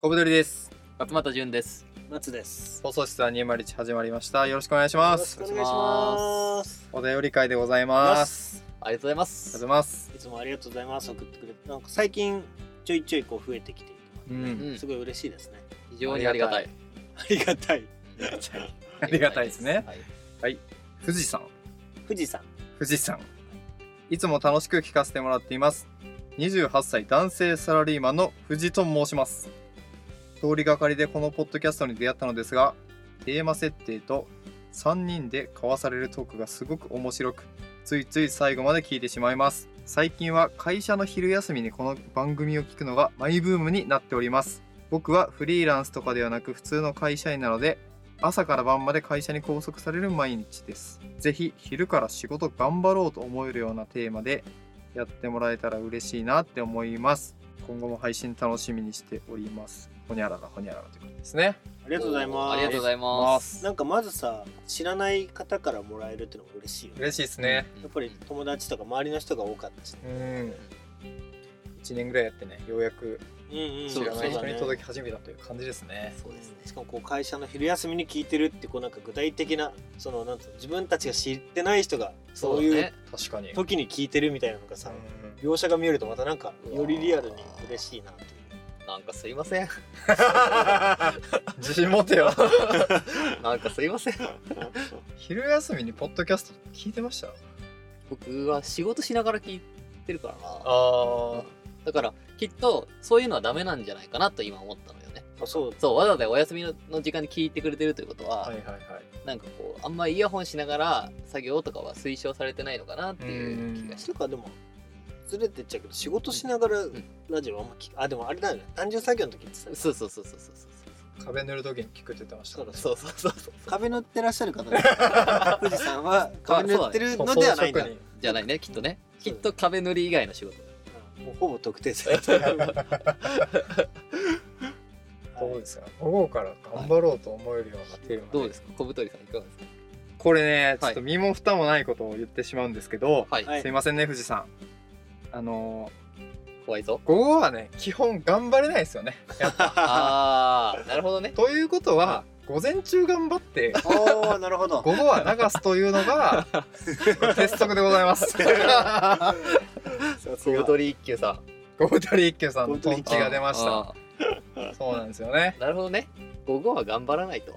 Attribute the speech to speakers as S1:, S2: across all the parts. S1: 小太りです。
S2: 勝俣潤です。
S3: 松です。
S1: 放送室201始まりました。よろしくお願いします
S3: よ。ろ
S2: し
S3: し
S2: くお
S3: くお
S2: 願い
S3: 願い
S2: し
S3: し
S2: ま
S3: ます。
S1: お便り会でございます。
S2: ありがとうございま
S1: ありがと
S2: す
S1: う。ございます。
S3: いつもありがとうございます。送ってくれて、なんか最近ちょいちょいこう増えてきて、
S1: う、
S2: うんん
S3: す、ごい嬉しいですね。
S2: 非常にありがたい。
S3: ありがたい。
S1: ありがたいですね
S2: はい。
S1: 富士山、
S3: 富士山。
S1: 富士山。いつも楽しく聞かせてもらっています。28歳男性サラリーマンの富士と申します。通りがかりでこのポッドキャストに出会ったのですが、テーマ設定と3人で交わされるトークがすごく面白く、ついつい最後まで聞いてしまいます。最近は会社の昼休みにこの番組を聞くのがマイブームになっております。僕はフリーランスとかではなく普通の会社員なので、朝から晩まで会社に拘束される毎日です。ぜひ昼から仕事頑張ろうと思えるようなテーマでやってもらえたら嬉しいなって思います。今後も配信楽しみにしております。ほにゃららほにゃららということですね。
S3: ありがとうございます。
S2: ありがとうご
S3: い
S2: ざいます。
S3: なんかまずさ、知らない方からもらえるっていうのが嬉しいよね。
S1: 嬉しいですね。
S2: うん。
S3: やっぱり友達とか周りの人が多かったしね。
S1: うん。1年ぐらいやってね、ようやく
S3: うんうん。
S1: 知らない人
S2: そうだね
S1: に届き始めたという感じですね。
S2: そうですね。
S3: しかもこう会社の昼休みに聞いてるってこうなんか具体的なそのなんつうの自分たちが知ってない人がそう
S2: だ
S3: いう
S2: ね。
S1: 確かに。
S3: 時に聞いてるみたいなのが さ、
S1: うん
S3: 描写が見えるとまたなんかよりリアルに嬉しいなっていう
S2: なんかすいません。
S1: 自信持てよ
S2: なんかすいません。
S1: 昼休みにポッドキャスト聞いてました
S2: 僕は仕事しながら聞いてるからな。
S1: あ
S2: だからきっとそういうのはダメなんじゃないかなと今思ったのよね。
S3: あそう
S2: そうわざわざお休みのの時間に聞いてくれてるということは、
S1: はいはいはい
S2: なんかこうあんまイヤホンしながら作業とかは推奨されてないのかなっていう気がして
S3: そ。うかでもずれてっちゃうけど仕事しながら
S2: ん
S3: ラジオあんま聞くあでもあれだよね単純作業の時ってさ
S2: そうそうそうそうそうそう
S1: 壁塗る時に聞くって言ってましたから
S2: そうそうそうそうそう
S3: 壁塗ってらっしゃる方だ富士さんは壁塗ってるのではないんだ、
S2: じゃないねきっとねきっと壁塗り以外の仕事
S3: うんもうほぼ特定されてる、
S1: どうですか午後から頑張ろうと思えるようなテーマ、
S2: どうですか小太りさんいかがですか
S1: これねちょっと身も蓋もないことを言ってしまうんですけど、
S2: はい、
S3: はい
S1: すいませんね富士さんあの
S2: 怖いぞ
S1: ー午後はね基本頑張れないですよねやっぱ
S2: ああなるほどね
S1: ということは午前中頑張って
S3: おおなるほど
S1: 午後は流すというの が鉄則でございます
S3: そうそ
S2: 小
S3: う
S2: 太り一休さ
S1: 小太り一休さんのトン
S2: ん
S1: チが出ました
S2: あ
S1: そうなんですよね
S2: ーなるほどね午後は頑張らないと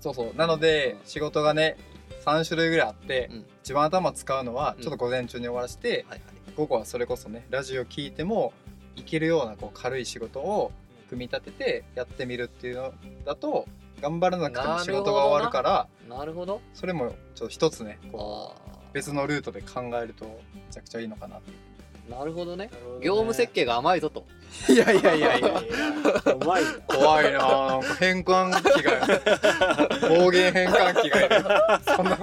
S1: そうそうなので仕事がね3種類ぐらいあって、
S2: うん
S1: 一番頭使うのは
S2: うん
S1: ちょっと午前中に終わらせて、
S2: はい
S1: 午後はそれこそねラジオ聞いてもいけるようなこう軽い仕事を組み立ててやってみるっていうのだと頑張らなくても仕事が終わるから
S2: はいなるほど
S1: それもちょっと一つねこ
S2: あ
S1: う別のルートで考えるとめちゃくちゃいいのかなっていう
S2: あなるほどね
S3: なるほどね
S2: 業務設計が甘いぞと
S1: いやいやいや
S3: いやいやうまいな
S1: 怖いななんか変換器が暴言変換器がいるそんな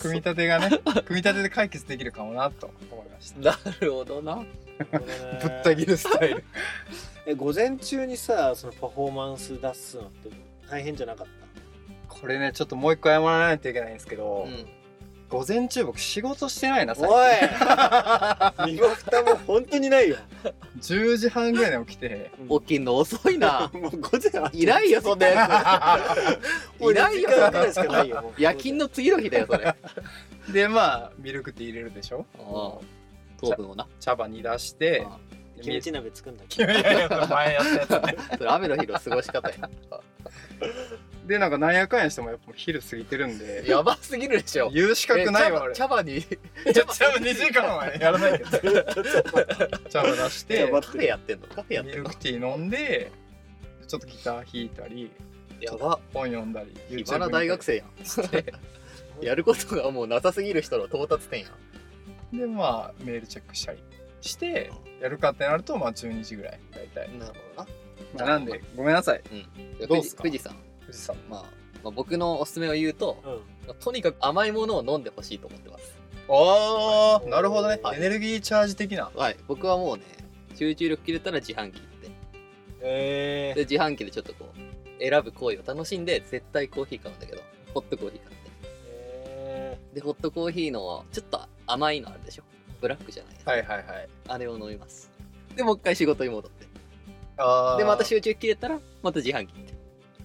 S1: 組み立てがね組み立てで解決できるかもなと思いました
S2: なるほどな
S3: なるほどね
S1: ぶった切るスタイル
S3: え午前中にさそのパフォーマンス出すのって大変じゃなかった
S1: これねちょっともう一個謝らないといけないんですけど、
S2: うん
S1: 午前中僕仕事してないな最
S3: お
S1: 近
S3: い身も蓋も本当にないよ
S1: 10時半ぐらいに起き て
S2: 起きんの遅いな
S3: もう午前
S2: いないよそんなや
S3: も う
S2: いないよ
S3: 二時間ぐらいしかないよも
S2: つ
S3: う
S2: 夜勤の次の日だよそ れ
S1: でまあミルクティー入れるでしょ
S2: あー糖分をな
S1: 茶葉に出して
S2: あ
S3: キムチ鍋作んだ
S1: い
S3: け
S1: やいやいや 前やったやつね
S2: ーそれ雨の日の過ごし方や
S1: でなんかなんやかんやしてもやっぱ昼過ぎてるんで
S2: やばすぎるでしょ
S1: 言う資格ないわ
S2: え
S1: 俺
S2: 茶葉茶葉に
S1: じゃあ、2時間はやらないけど。茶葉出し
S3: いや
S1: て
S3: ま、
S2: カフェやってんのカフェやっ
S1: ミ
S2: てん
S1: ル
S2: の
S1: クティー飲んで、ちょっとギター弾いたり、
S2: やば
S1: 本読んだり、
S2: 今の大学生やん
S1: して、
S2: やることがもうなさすぎる人の到達点やん
S1: で、まあ、メールチェックしたりして、やるかってなると、まあ、12時ぐらい、大体。
S2: なるほ
S1: まあなんで、ごめんなさい、
S2: どな
S1: どうっすか
S2: 富士山、
S1: 富士山。
S2: まあ、まあ僕のおすすめを言うと、
S3: うん
S2: まあとにかく甘いものを飲んでほしいと思ってます
S1: あ
S3: ー
S1: なるほどね。
S3: はい
S1: エネルギーチャージ的な。
S2: はい僕はもうね集中力切れたら自販機行って
S3: え
S2: で自販機でちょっとこう選ぶ行為を楽しんで絶対コーヒー買うんだけどホットコーヒー買って
S3: え
S2: でホットコーヒーのちょっと甘いのあるでしょブラックじゃないやつ
S1: はいはいはい。
S2: あれを飲みますでもう一回仕事に戻って
S1: あー
S2: でまた集中切れたらまた自販機行って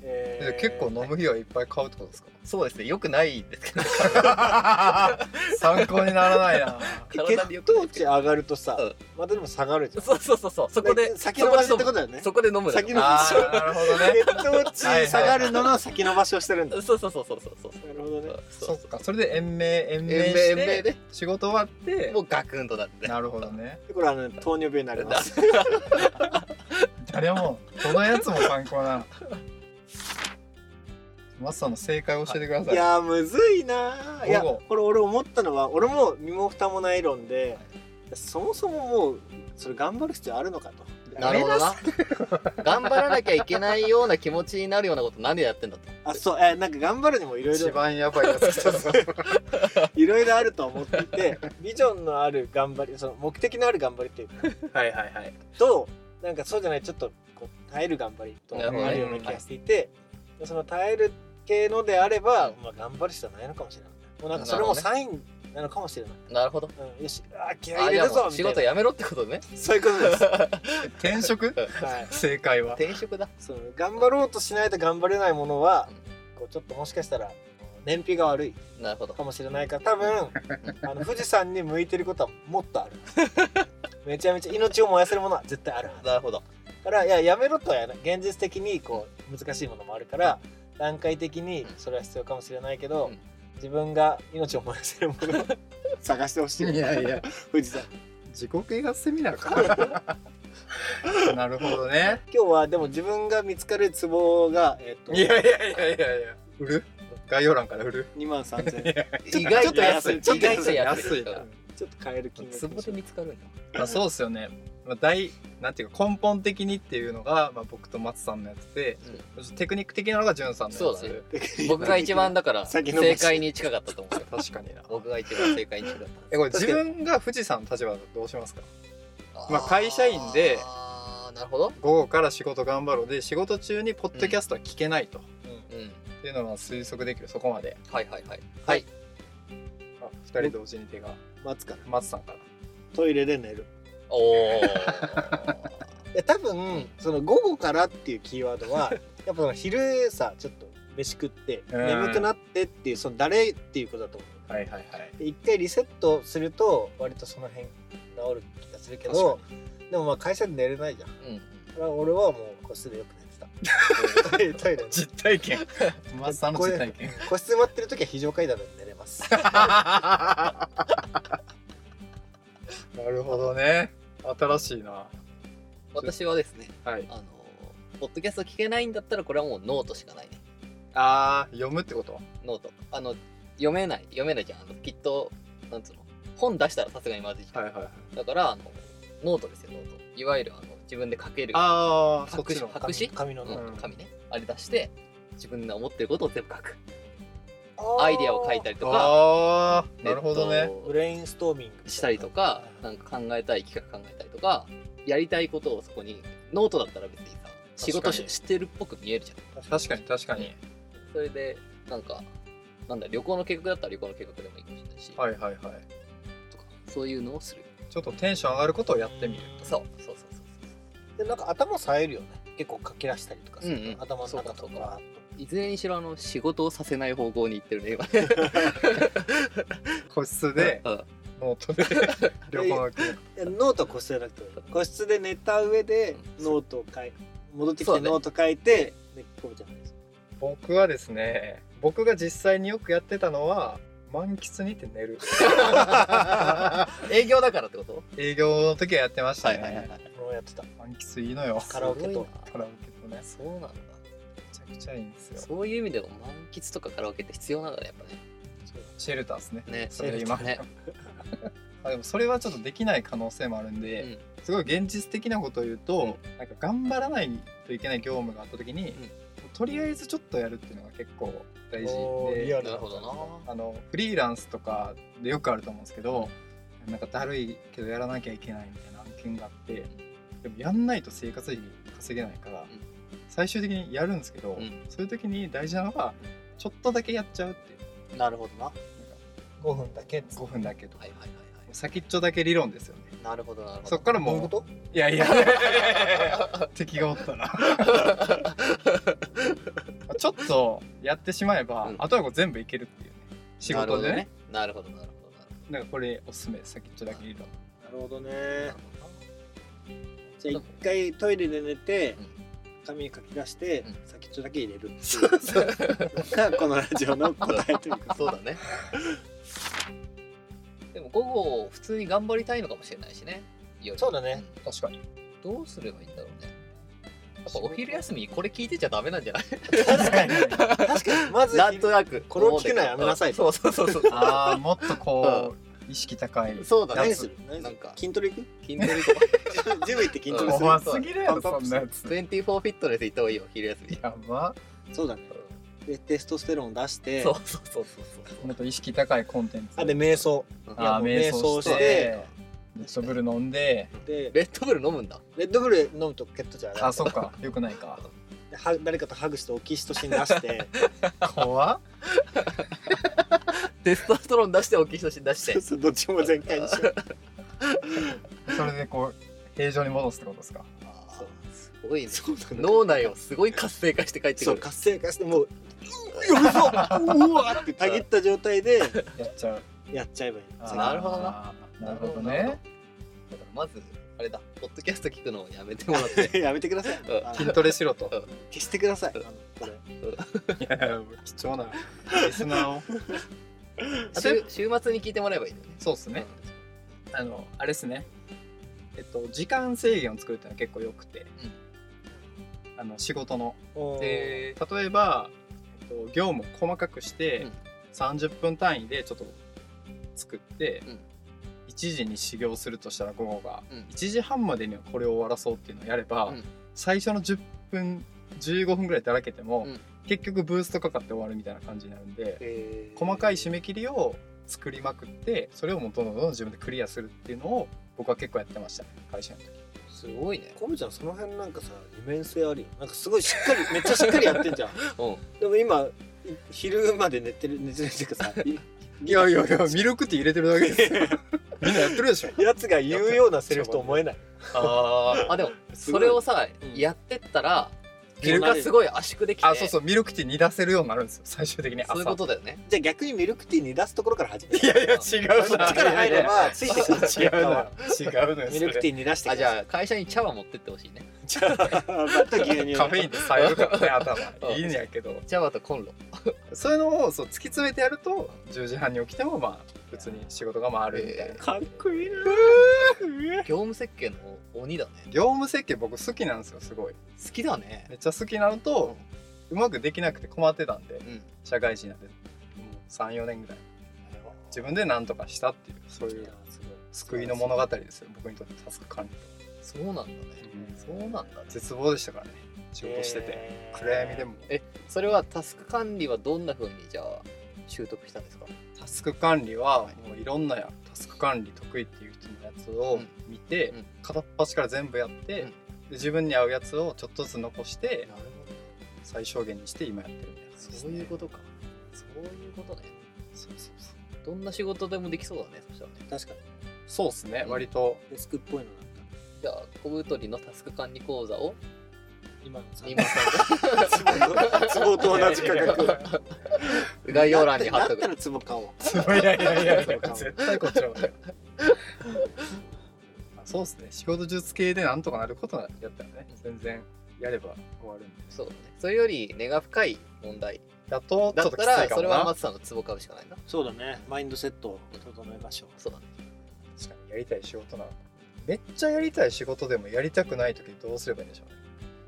S3: え
S1: え結構飲む日はいっぱい買うってことですか
S2: そうですねよくないんですけど
S1: 参考にならない な
S2: 体で
S3: 血
S2: よくな
S3: 糖
S2: い
S3: 値上がるとさ、
S2: うん
S3: またでも下がるじゃ ん
S2: そうそうそうそうそこで
S3: 先延ばしってことだよね
S2: そこで飲む
S3: 先延ば
S1: あーなるほどね
S3: 血糖値下がるのの先延ばしをしてるんだ
S2: そうそうそうそうそうそうそう
S3: なるほどね
S1: そっかそれで延命延命
S2: 延
S1: し
S2: 命
S1: て
S2: 延命で
S1: 仕事終わって
S2: もうガクンとなって
S1: なるほどね
S3: これあの糖尿病になります
S1: 誰もこのやつも参考なの マスさんの正解を教えてくださ
S3: い
S1: い、
S3: やーむずいなーいや
S1: 午後
S3: これ俺思ったのは俺も身も蓋もない論でそもそももうそれ頑張る必要あるのかと
S2: なるほどな頑張らなき ゃいけないような気持ちになるようなこと何でやってんだと
S3: あそうえーなんか頑張るにもいろい
S1: 一
S3: ろ
S1: 番やばいやつ来たぞ
S3: いろいろあると思っていて ビジョンのある頑張りその目的のある頑張りっていうか
S2: はいはいはい
S3: となんかそうじゃないちょっとこう耐える頑張りとあ
S1: なるほど
S3: るような気がしていて、その耐える系のであれば、まあ、頑張る必要はないのかもしれないもうなんかそれも
S2: なるほ
S3: サインなのかもしれない、
S2: なるほど
S3: うん、よしあー気合い
S2: あ
S3: 入
S2: じ
S3: れ
S2: ゃ
S3: る
S2: あも
S3: ぞ
S2: う仕
S3: みたい
S2: 事
S3: な
S2: やめろってことね
S3: そういうことです
S1: 転職
S3: はい、
S1: 正解は
S2: 転職だ
S3: その頑張ろうとしないと頑張れないものは、こうちょっともしかしたら燃費が悪い
S2: なるほど
S3: かもしれないから多 分あの富士山に向いてることはもっとあるめちゃめちゃ命を燃やせるものは絶対あるはずだ
S2: なるほど
S3: からいややめろとはやらない現実的にこう難しいものもあるから段階的にそれは必要かもしれないけど、
S2: うん
S3: 自分が命を燃やせるものを 探してほしい
S1: いやいや
S3: 富士山
S1: 自己啓発セミナーかなるほどね
S3: 今日はでも自分が見つかるツボが、えっと
S1: いやいやいやいやいや売る概要欄から売る
S3: 2万3000円
S2: 意外
S3: ちょっと安い
S2: ちょっと
S1: 意外
S2: 安い
S1: と安い
S2: 安い
S1: な
S3: ちょっと買える金額
S2: ツボで見つかるんだ
S1: まあ、そうですよね、まあ、大なんていうか根本的にっていうのが、まあ、僕と松さんのやつで、テクニック的なのが潤さんのやつ
S2: そうだね僕が一番だから
S3: 先延ばし
S2: 正解に近かったと思うよ
S1: 確か にな
S2: 僕が一番正解に近かった
S1: えこれ
S3: 確
S1: 自
S3: かに
S1: 分が富士山の立場だとどうしますかまあ会社員で
S2: あーなるほど、
S1: 午後から仕事頑張ろうで仕事中にポッドキャストは聞けないと、
S2: うん、
S1: っていうのは推測できるそこまで
S2: はいはいはい
S1: あ2人同時に手が
S3: 待つから
S1: 松さんから
S3: トイレで寝る
S2: おお
S3: いや多分その午後からっていうキーワードは やっぱその昼さちょっと飯食って
S1: うん
S3: 眠くなってっていうその誰っていうことだと思う
S1: はいはいはい
S3: で一回リセットすると割とその辺治る気がするけどでもまあ会社で寝れないじゃんだ
S2: うん
S3: から俺はもう個室でよく寝てたトイレト イレ
S1: 実体 験松さんの実体験
S3: 個室待ってる時は非常階段で寝れます
S1: なるほどね新しいな
S2: 私はですね
S1: はい
S2: あのポッドキャスト聞けないんだったらこれはもうノートしかないね
S1: あー読むってこと
S2: ノートあの読めない読めないじゃんあのきっとなんつうの本出したらさすがにまずいじゃん、
S1: いはい
S2: だからあのノートですよノートいわゆるあの自分で書ける
S1: ああそっ
S2: 白
S1: ち
S2: 紙
S1: の
S2: 白紙
S3: 髪
S2: う
S3: のね
S2: ん紙ねあれ出して自分が思ってることを全部書くアイデアを書いたりとか
S1: ああなるほど
S2: えっ
S1: ね
S2: と
S3: ブレインストーミング
S2: したりとか
S3: は
S2: ないんか考えたい企画考えたりとかやりたいことをそこにノートだったら別にさ仕事
S1: 確か
S2: し
S1: に
S2: してるっぽく見えるじゃん
S1: 確かに確かに
S2: それでなんかなんだ旅行の計画だったら旅行の計画でもいいかもしれないし、
S1: はいはいはい
S2: とかそういうのをする
S1: ちょっとテンション上がることをやってみる
S2: そうそうそうそう
S3: でなんか頭冴えるよね結構かき出したりとかすると、
S2: うんうん
S3: 頭の中と
S2: そうかそ
S3: か
S2: うかいずれにしろあの仕事をさせない方向に行ってるね今ね
S1: 個室で
S2: うん
S1: ノートで旅行の記録
S3: いやノートは個室じゃなくて個室で寝た上で
S2: うん
S3: ノートを書い戻ってき
S2: そう
S3: て
S2: だね
S3: ノート書いて寝込むじゃないですか
S1: 僕はですね僕が実際によくやってたのは満喫にて寝る
S2: 営業だからってこと
S1: 営業の時はやってましたね、
S2: い
S3: これをやってた
S1: 満喫いいのよ
S3: カラオケと
S2: すごい
S1: カラオケとね
S2: なそうなんだ
S1: めちゃくちゃいいんですよ
S2: そういう意味でも満喫とかカラオケって必要なんだねやっぱね
S1: シェルターですね
S2: ね
S1: それで今
S2: ね、
S1: あでもそれはちょっとできない可能性もあるん
S2: う
S1: で、
S2: ん、
S1: すごい現実的なことを言うと、なんか頑張らないといけない業務があった時に、とりあえずちょっとやるっていうのが結構大事
S3: おーリア
S1: で
S3: ル
S2: なるほどな
S1: あのフリーランスとかでよくあると思うんですけどなんかだるいけどやらなきゃいけないみたいな案件があってでもやんないと生活費稼げないから、
S2: ん
S1: 最終的にやるんですけど、
S2: うん
S1: そういう時に大事なのがちょっとだけやっちゃうっていう
S3: なるほどな5分だけ
S1: 5分だけとか
S2: はいはいはいはい
S1: 先っちょだけ理論ですよね
S2: なるほどなるほど
S1: そっから
S3: どういう
S1: もう
S3: こと
S1: いやいやいやいやいや 敵がおった なちょっとやってしまえば、
S2: うん
S1: 後はこう全部いけるっていうね仕事でね
S2: なるほどねなるほどなるほど
S1: なんかこれおすすめ先っちょだけ理論
S3: なるほどね
S2: なるほ
S3: じゃあ一回トイレで寝て
S2: うん
S3: 紙に書き出して、
S2: うん
S3: 先っちょだけ入れるってい
S2: どなそうそう
S3: うのが このラジオの答えというか
S2: そうだ ねでも午後普通に頑張りたいのかもしれないしね夜
S3: そうだね
S1: 確かに
S2: どうすればいいんだろうねや っぱお昼休みにこれ聞いてちゃダメなんじゃない
S1: 確かに
S3: 確かにまず
S2: なんとなく
S3: これを聞くのはやめなさい
S2: そうそうそうそう
S1: ああもっとこう意識高い
S2: そうだ
S3: 何
S2: ね
S3: する何する
S2: なんか
S3: 筋ト レ行く
S2: 筋トレとか
S3: ジム行って筋トレする
S1: 怖すぎるやろそんなやつ
S2: 24フィットネス行った方がいいよ昼休み
S1: やば
S3: そうだねでテストステロン出して
S2: そうそうそうそうそう
S1: もっと意識高いコンテンツ
S3: あで瞑想
S2: うん
S3: いや
S1: あー
S3: もう
S1: 瞑
S3: 瞑想
S1: 想し
S3: して
S1: てレッドブル飲んで
S3: で
S2: レッドブル飲むんだ
S3: レッドブル飲むと血糖値上が
S1: あ
S3: る
S1: そっかよくないか
S3: では誰かとハグしてオキシトシン出して
S1: 怖っ
S2: テストストロン出してオキシトシン出して
S3: そうそうどっちも全開にしよう
S1: それでこう平常に戻すってことですか
S2: そうすごい
S3: そうだね
S2: 脳内をすごい活性化して帰って
S3: そ
S2: く
S3: う
S2: る
S3: 活性化して もう「よいしょうわ!」ってたぎった状態で
S1: やっちゃう
S3: やっちゃ えばいい
S1: あ
S2: ー
S1: ー
S2: なるほどな
S1: なるほど
S2: なる
S1: ね
S2: だからまずあれだポッドキャスト聞くのをやめてもらっ て
S3: やめてください
S2: うん
S3: あ
S1: 筋
S3: の
S1: トレしろと
S3: 消してくださいあのこれ
S1: いや貴重なリスナーを
S2: 週週末に聞いてもらえばいいんだよね
S1: そうっすねあのあれですねえっと時間制限を作るってのは結構よくて、あの仕事の
S3: おー
S1: で例えば、えっと、業務を細かくして、
S2: うん
S1: 30分単位でちょっと作って、
S2: うん
S1: 1時に始業するとしたら午後が、
S2: うん
S1: 1時半までにはこれを終わらそうっていうのをやれば、
S2: うん
S1: 最初の10分15分ぐらいだらけても、
S2: うん
S1: 結局ブーストかかって終わるみたいな感じになるんで、
S3: えー
S1: 細かい締め切りを作りまくってそれをもうどんどんどんどん自分でクリアするっていうのを僕は結構やってましたね会社の時
S2: すごいね
S3: コムちゃんその辺なんかさ二面性あるよなんかすごいしっかりめっちゃしっかりやってんじゃん
S2: うん
S3: でも今い昼まで寝てる寝てるっていうかさい
S1: いやいやい やミルクティー入れてるだけですよ みんなやってるでしょ
S3: やつが言うようなセリフと思えない
S1: あ
S2: あでも
S3: すご
S2: そ
S3: い
S2: れをさ
S3: うん
S2: やってったら
S3: ミ
S2: 自
S3: ル
S2: 分
S3: ク
S2: がすごい圧縮できて
S1: あそうそうミルクティーに出せるようになるんですよ最終的に朝
S2: そういうことだよね
S3: じゃあ逆にミルクティーに出すところから始める
S1: いやいや違う
S3: そっちから入れば ついてく
S1: 違
S3: る
S1: うな違うのよ
S3: ミルクテ
S1: ィ
S3: ィーに出して
S2: あ
S3: く
S2: じ
S3: ださ
S2: ゃあ会社に茶は持ってってほしいね
S3: いじゃあまた牛乳
S1: カフェインでさえるからね頭
S2: うん
S1: いいんやけど
S2: 茶葉とコンロ
S1: そういうのをそう突き詰めてやると10時半に起きてもまあ普通に仕事が回るみたいな、
S2: えー
S3: かっこいいな
S2: 業務設計の鬼だね
S1: 業務設計僕好きなんですよすごい
S2: 好きだね
S1: めっちゃ好きなのとうまくできなくて困ってたんで
S2: うん
S1: 社会人なんで34年ぐらい自分で何とかしたっていうそういう救いの物語ですよ僕にとって助か管理
S2: そうなんだね
S1: うん
S2: そうなんだね
S1: 絶望でしたからね仕事してて、暗闇でも
S2: それはタスク管理はどんな風にじゃあ習得したんですか
S1: タスク管理は
S2: はい
S1: もういろんなやタスク管理得意っていう人のやつを見て、
S2: うんうん
S1: 片っ端から全部やって、
S2: うん
S1: で自分に合うやつをちょっとずつ残し
S2: な
S1: て
S2: るほど
S1: 最小限にして今やってるみたいな感じです
S2: そう
S1: ね
S2: いうことかそういうことね
S1: そうそうそう
S2: どんな仕事でもできそうだねそしたらね
S3: 確かに
S1: そうですね、
S2: うん
S1: 割と
S3: デスクっぽいのなんか
S2: じゃあ小太りのタスク管理講座を
S3: 今のさ
S2: 今 さ ん
S3: ツボと同じ価格
S2: で概要欄に貼っ
S3: だ
S2: と
S3: った
S2: く
S3: らツボ買おう
S1: いやいやいやいや 絶対こっちの方がいいそうですね仕事術系でなんとかなることやったらね全然やれば終わるんで
S2: そうだねそれより根が深い問題
S1: だとち
S2: だ
S1: ょ
S2: っ
S1: っとき
S2: た
S1: つ
S2: ら
S1: いかも
S2: それは
S1: な
S2: 松さんのツボ買うしかないな
S3: そうだねマインドセットを整えましょう
S2: そうだね
S1: 確かにやりたい仕事なのめっちゃやりたい仕事でもやりたくない時どうすればいいんでしょうね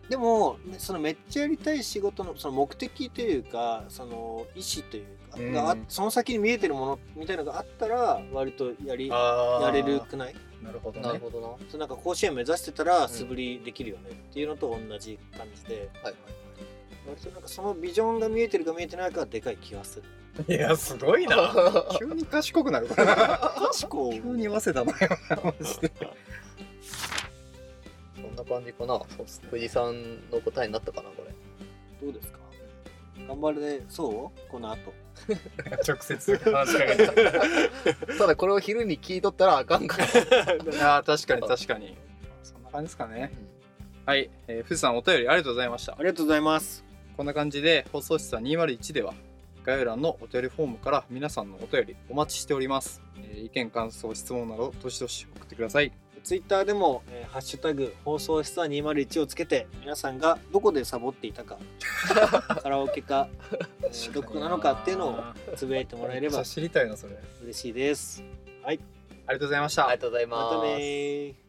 S3: でもねそのめっちゃやりたい仕事のその目的というかその意思というか、
S1: うん
S3: があその先に見えてるものみたいなのがあったら割とやりや
S1: あ
S3: れるくない
S1: なるほどね
S2: なるほどなは
S3: そうなんか甲子園目指してたら素振りできるよねっていうのと同じ感じで、
S2: いはい
S3: 割となんかそのビジョンが見えてるか見えてないかはでかい気がする。
S1: いやすごいな
S2: は
S1: 急に賢くなる からな
S3: 確か
S1: 急に早稲田のよマジで
S2: いそんな感じかな
S1: そうっすね
S2: 富士山の答えになったかなこれ
S3: どうですか頑張るねそうこの後
S1: 直接話しかけた
S2: ただこれを昼に聞いとったらあかんから。
S1: あー確かに確かにそんな感じですかねはい、えー、富士さんお便りありがとうございました
S3: ありがとうございます
S1: こんな感じで放送室は201では概要欄のお便りフォームから皆さんのお便りお待ちしております、えー意見感想質問などどしどし送ってください
S3: ツイッターでも、えーハッシュタグ放送室は201をつけて皆さんがどこでサボっていたかカラオケか、えーどこなのかっていうのをつぶやいてもらえれ
S1: め
S3: ば
S1: っちゃ知りたいなそれあり
S3: 嬉しいです
S1: がとうございました
S2: ありがとうございます。
S3: またねー